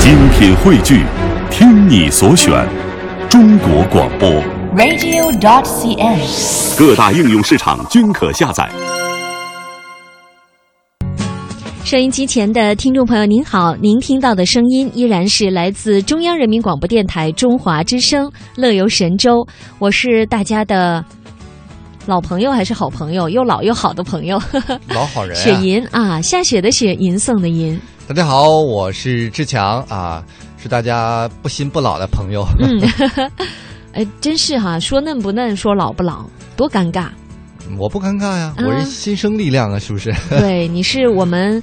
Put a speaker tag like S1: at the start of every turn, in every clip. S1: 精品汇聚，听你所选，中国广播。
S2: radio.cn
S1: 各大应用市场均可下载。
S3: 收音机前的听众朋友您好，您听到的声音依然是来自中央人民广播电台中华之声《乐游神州》，我是大家的老朋友还是好朋友，又老又好的朋友，
S4: 老好人、
S3: 雪
S4: 啊。
S3: 银啊，下雪的雪，银送的银，
S4: 大家好，我是志强啊，是大家不新不老的朋友。
S3: 嗯， 哎，真是哈、说嫩不嫩，说老不老，多尴尬。
S4: 我不尴尬呀，
S3: 嗯
S4: 我是新生力量啊，是不是？
S3: 对，你是我们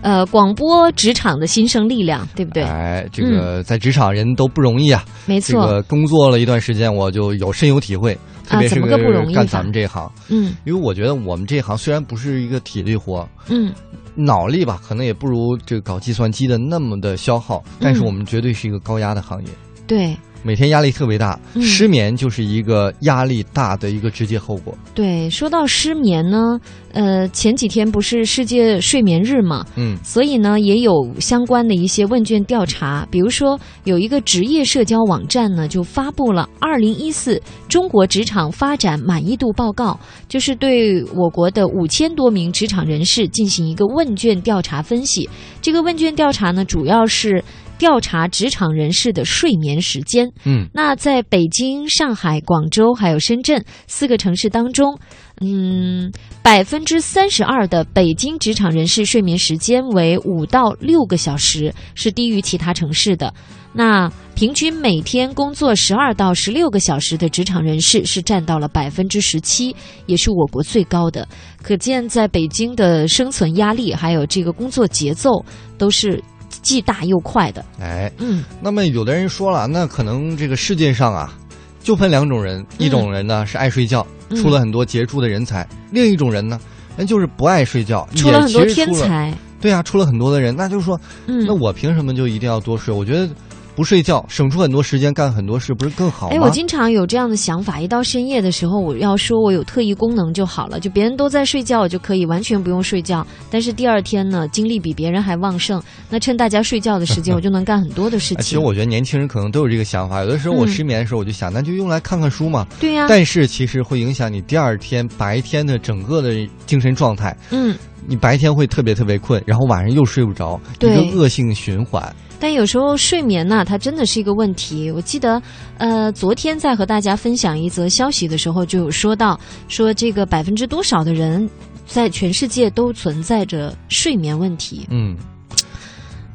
S3: 呃广播职场的新生力量，对不对？
S4: 哎，这个在职场人都不容易啊。
S3: 没
S4: 这
S3: 错，啊
S4: 个工作了一段时间，我就有深有体会，特别是
S3: 怎么个不容易啊
S4: 干
S3: 法
S4: 咱们这行，
S3: 嗯
S4: 因为我觉得我们这行虽然不是一个体力活，
S3: 嗯，
S4: 脑力吧，可能也不如这个搞计算机的那么的消耗，但是
S3: 嗯
S4: 我们绝对是一个高压的行业。
S3: 对
S4: 每天压力特别大，
S3: 嗯
S4: 失眠就是一个压力大的一个直接后果。
S3: 对。说到失眠呢，呃，前几天不是世界睡眠日嘛，
S4: 嗯，
S3: 所以呢也有相关的一些问卷调查，比如说有一个职业社交网站呢就发布了《二零一四中国职场发展满意度报告》，就是对我国的五千多名职场人士进行一个问卷调查分析。这个问卷调查呢，主要是调查职场人士的睡眠时间。
S4: 嗯，
S3: 那在北京、上海、广州还有深圳四个城市当中，嗯，百分之三十二的北京职场人士睡眠时间为五到六个小时，是低于其他城市的。那平均每天工作十二到十六个小时的职场人士是占到了百分之十七，也是我国最高的。可见，在北京的生存压力还有这个工作节奏都是既大又快的。
S4: 哎，
S3: 嗯
S4: 那么有的人说了，那可能这个世界上啊，就分两种人，一种人呢是爱睡觉，
S3: 嗯
S4: 出了很多杰出的人才；另一种人呢，人就是不爱睡觉，
S3: 出了
S4: 也
S3: 很多
S4: 其实
S3: 天
S4: 出了。
S3: 才。
S4: 对啊，出了很多的人，那就是说，
S3: 嗯，
S4: 那我凭什么就一定要多睡？我觉得不睡觉，省出很多时间干很多事，不是更好吗？
S3: 哎，我经常有这样的想法，一到深夜的时候，我要说我有特异功能就好了，就别人都在睡觉，我就可以完全不用睡觉。但是第二天呢，精力比别人还旺盛，那趁大家睡觉的时 间，我就能干很多的事
S4: 哎其
S3: 情
S4: 实。我觉得年轻人可能都有这个想法，有的时候我
S3: 嗯啊
S4: 失眠的时候，我就想，那就用来看看书嘛。
S3: 对呀、
S4: 但是其实会影响你第二天白天的整个的精神状态，
S3: 嗯，
S4: 你白天会特别特别困，然后晚上又睡不着，一
S3: 对
S4: 个恶性循环。
S3: 但有时候睡眠呐、它真的是一个问题。我记得，呃，昨天在和大家分享一则消息的时候，就有说到，说这个百分之多少的人在全世界都存在着睡眠问题
S4: 嗯，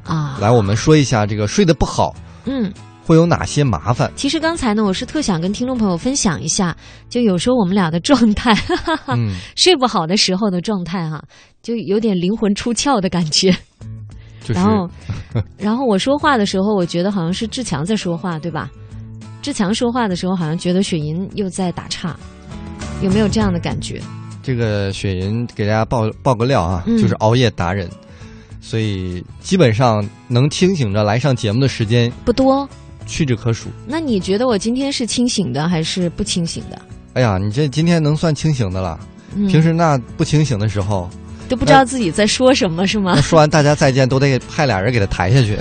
S3: 啊。
S4: 来，我们说一下这个睡得不好
S3: 嗯。
S4: 会有哪些麻烦。
S3: 其实刚才呢，我是特想跟听众朋友分享一下，就有时候我们俩的状态， 哈哈哈，
S4: 嗯，
S3: 睡不好的时候的状态哈、啊就有点灵魂出窍的感觉。
S4: 就是
S3: 然后，然后我说话的时候，我觉得好像是志强在说话，对吧？志强说话的时候，好像觉得雪莹又在打岔，有没有这样的感觉？
S4: 这个雪银给大家爆爆个料啊，
S3: 嗯
S4: 就是熬夜达人，所以基本上能清醒着来上节目的时间
S3: 不多。
S4: 屈指可数。
S3: 那你觉得我今天是清醒的还是不清醒的？
S4: 哎呀，你这今天能算清醒的了，
S3: 嗯，
S4: 平时那不清醒的时候，
S3: 都不知
S4: 呃
S3: 道自己在说什么，是吗
S4: 那？说完大家再见都得派俩人给他抬 下去。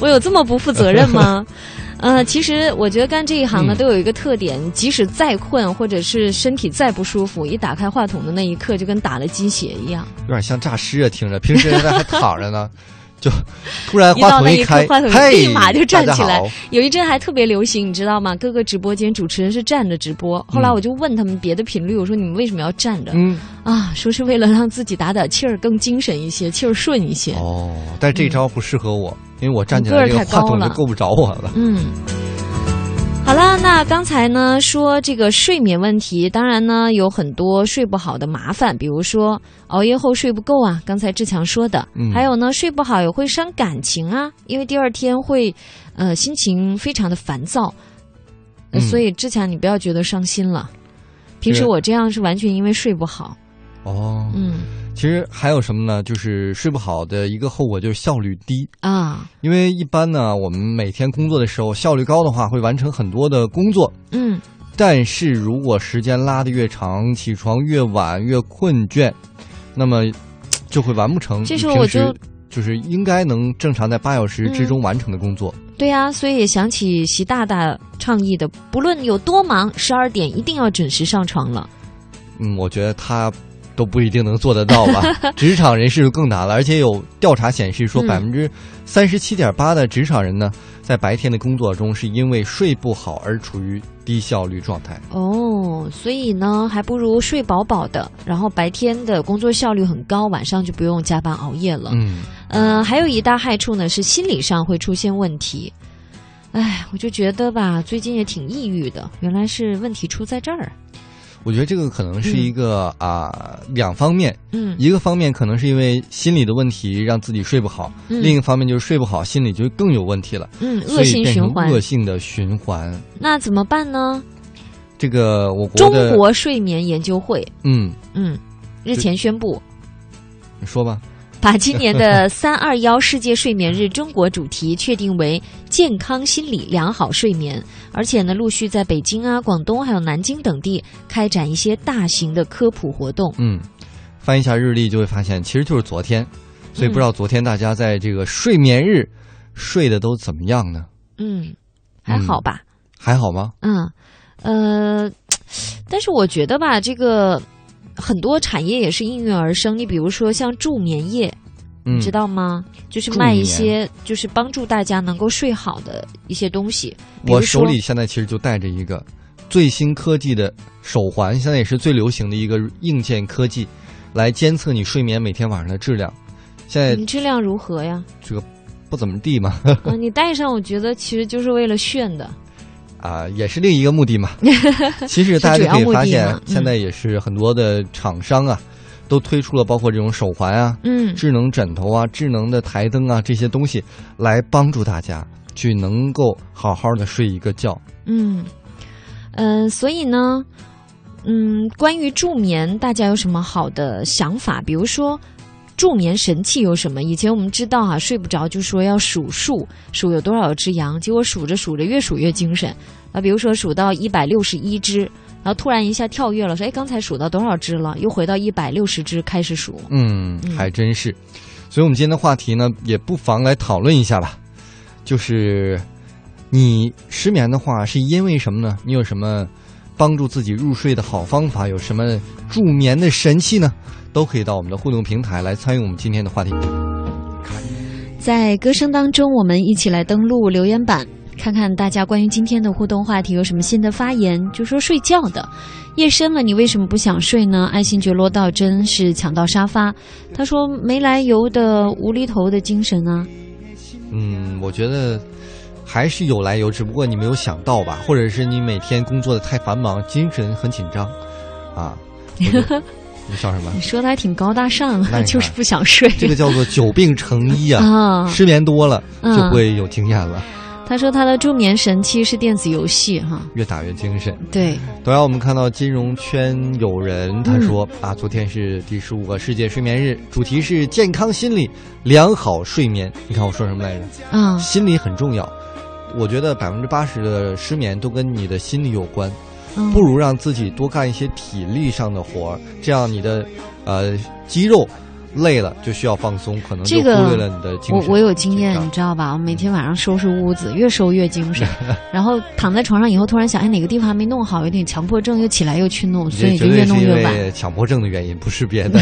S3: 我有这么不负责任 吗？呃，其实我觉得干这一行呢，
S4: 嗯
S3: 都有一个特点，即使再困或者是身体再不舒服，一打开话筒的那一刻，就跟打了鸡血一样。
S4: 有点像诈尸啊，听着，平时人家还躺 着呢，就突然话筒开，
S3: 一到那一刻话筒
S4: 嘿，
S3: 立马就站起来
S4: 大家好
S3: 有一阵还特别流行，你知道吗？各个直播间主持人是站着直播。后来我就问他们别的频率，我说你们为什么要站着、
S4: 嗯，
S3: 啊？说是为了让自己打打气儿更精神一些，气儿顺一些。
S4: 哦，但这招不适合我，因为我站起来
S3: 嗯你
S4: 这
S3: 个儿
S4: 个
S3: 太高
S4: 话筒就
S3: 了
S4: 够不着我了。
S3: 嗯。好了，那刚才呢说这个睡眠问题，当然呢有很多睡不好的麻烦，比如说熬夜后睡不够啊，刚才志强说的，
S4: 嗯
S3: 还有呢睡不好也会伤感情啊，因为第二天会呃心情非常的烦躁，呃
S4: 嗯
S3: 所以志强你不要觉得伤心了，平时
S4: 是
S3: 我这样是完全因为睡不好，
S4: 哦，
S3: 嗯
S4: 其实还有什么呢？就是睡不好的一个后果就是效率低，
S3: 啊
S4: 因为一般呢，我们每天工作的时候效率高的话，会完成很多的工作。
S3: 嗯
S4: 但是如果时间拉得越长，起床越晚越困倦，那么就会完不成。
S3: 这时候我就
S4: 就是应该能正常在八小时之中完成的工作。
S3: 对呀、所以也想起习大大倡议的，不论有多忙，十二点一定要准时上床了。
S4: 嗯，我觉得他都不一定能做得 到吧。职场人士更难了，而且有调查显示说，
S3: 嗯
S4: 百分之三十七点八的职场人呢，在白天的工作中是因为睡不好而处于低效率状态。
S3: 哦，所以呢，还不如睡饱饱的，然后白天的工作效率很高，晚上就不用加班熬夜了。
S4: 嗯，
S3: 嗯、还有一大害处呢是心理上会出现问题。哎，我就觉得吧，最近也挺抑郁的，原来是问题出在这儿。
S4: 我觉得这个可能是一个啊、两方面，
S3: 嗯
S4: 一个方面可能是因为心理的问题让自己睡不好，
S3: 嗯
S4: 另一方面就是睡不好，心理就更有问题了，
S3: 嗯，
S4: 所
S3: 恶
S4: 以
S3: 性
S4: 变
S3: 循
S4: 成
S3: 环，
S4: 恶性的循环。
S3: 那怎么办呢？
S4: 这个我国
S3: 中
S4: 的
S3: 国睡眠研究会，
S4: 嗯，
S3: 嗯，日前宣布，
S4: 你说吧，
S3: 把今年 的三二幺世界睡眠日中国主题确定为健康心理良好睡眠，而且呢，陆续在北京啊、广东还有南京等地开展一些大型的科普活动。
S4: 嗯，翻一下日历就会发现，其实就是昨天，所以
S3: 嗯
S4: 不知道昨天大家在这个睡眠日睡的都怎么样呢？
S3: 嗯，还好吧。
S4: 还好吗？
S3: 嗯，呃，但是我觉得吧，这个很多产业也是应运而生。你比如说像助眠液，
S4: 嗯，
S3: 你知道吗？就是
S4: 助
S3: 卖一
S4: 眠
S3: 些就是帮助大家能够睡好的一些东西。比如
S4: 我手
S3: 说
S4: 里现在其实就带着一个最新科技的手环，现在也是最流行的一个硬件科技，来监测你睡眠每天晚上的质量。现在
S3: 你质量如何呀？
S4: 这个不怎么地嘛，
S3: 啊，你戴上，我觉得其实就是为了炫的。
S4: 啊，也是另一个 目的嘛。其实大
S3: 是
S4: 家
S3: 主要
S4: 就可
S3: 目的
S4: 以发现
S3: 嘛，嗯
S4: 现在也是很多的厂商啊，都推出了包括这种手环啊、
S3: 嗯，
S4: 智能枕头啊、智能的台灯啊这些东西，来帮助大家去能够好好的睡一个觉。
S3: 嗯，呃，所以呢，嗯，关于助眠，大家有什么好的想法？比如说。助眠神器有什么？以前我们知道啊，睡不着就说要数数，数有多少只羊，结果数着数着越数越精神啊。比如说数到一百六十一只，然后突然一下跳跃了，说哎，刚才数到多少只了？又回到一百六十只开始数。
S4: 嗯
S3: 嗯，
S4: 还真是。所以，我们今天的话题呢，也不妨来讨论一下吧。就是你失眠的话，是因为什么呢？你有什么帮助自己入睡的好方法？有什么助眠的神器呢？都可以到我们的互动平台来参与我们今天的话题。
S3: 在歌声当中，我们一起来登录留言板，看看大家关于今天的互动话题有什么新的发言。就说睡觉的，夜深了，你为什么不想睡呢？爱新觉罗道真是抢到沙发，他说没来由的无厘头的精神啊，
S4: 嗯，我觉得还是有来由，只不过你没有想到吧，或者是你每天工作的太繁忙，精神很紧张啊。我觉得你笑什么
S3: 你？说的还挺高大上啊
S4: 那你，看
S3: 就是不想睡。
S4: 这个叫做久病成医啊。
S3: 啊，
S4: 失眠多了
S3: 嗯
S4: 就不会有经验了，
S3: 他说他的助眠神器是电子游戏哈，
S4: 越打越精神。
S3: 对，
S4: 同样，我们看到金融圈有人他说、
S3: 嗯
S4: 啊，昨天是第十五个世界睡眠日，主题是健康心理、良好睡眠。你看我说什么来着？
S3: 啊，
S4: 心理很重要。我觉得百分之八十的失眠都跟你的心理有关，
S3: 嗯
S4: 不如让自己多干一些体力上的活儿，这样你的呃肌肉累了就需要放松，可能就
S3: 这
S4: 忽
S3: 个
S4: 略了你的精神。
S3: 我我有经验，你
S4: 紧张嗯
S3: 知道吧？我每天晚上收拾屋子，越收越精 神。然后躺在床上以后，突然想，哎，哪个地方还没弄好，有点强迫症，又起来又去弄，
S4: 你
S3: 所以
S4: 这
S3: 就
S4: 绝
S3: 越
S4: 对是
S3: 弄
S4: 因
S3: 越晚。
S4: 为强迫症的原因，不是 别的。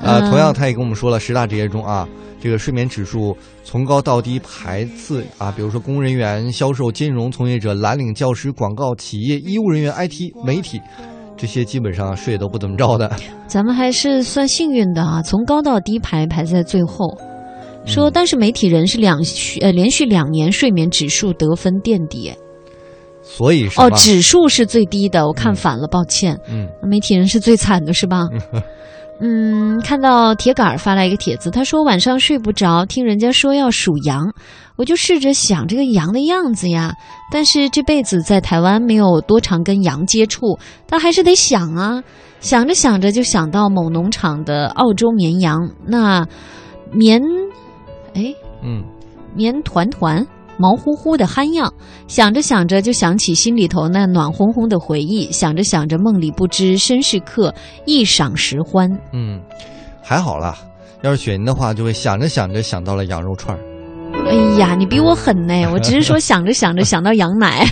S4: 呃，同
S3: 嗯
S4: 样，他也跟我们说了，十大职业中啊，这个睡眠指数从高到低排次啊，比如说公务人员、销售、金融从业者、蓝领教师、广告企业、医务人员、IT、媒体，这些基本上睡得都不怎么着的。
S3: 咱们还是算幸运的啊，从高到低排排在最后。说，
S4: 嗯
S3: 但是媒体人是两续呃连续两年睡眠指数得分垫底
S4: 所以什
S3: 哦
S4: 么，？
S3: 指数是最低的，我看反了，抱歉。
S4: 嗯，
S3: 媒体人是最惨的，是吧？嗯，看到铁杆儿发来一个帖子，他说晚上睡不着，听人家说要数羊，我就试着想这个羊的样子呀。但是这辈子在台湾没有多长跟羊接触，但还是得想啊。想着想着就想到某农场的澳洲绵羊，那绵，哎，
S4: 嗯，
S3: 棉团团、毛乎乎的憨样，想着想着就想起心里头那暖烘烘的回忆，想着想着梦里不知身是客，一晌时欢。
S4: 嗯，还好啦。要是雪妮的话，就会想着想着想到了羊肉串儿。
S3: 哎呀，你比我狠呢！我只是说想着想着想到羊奶。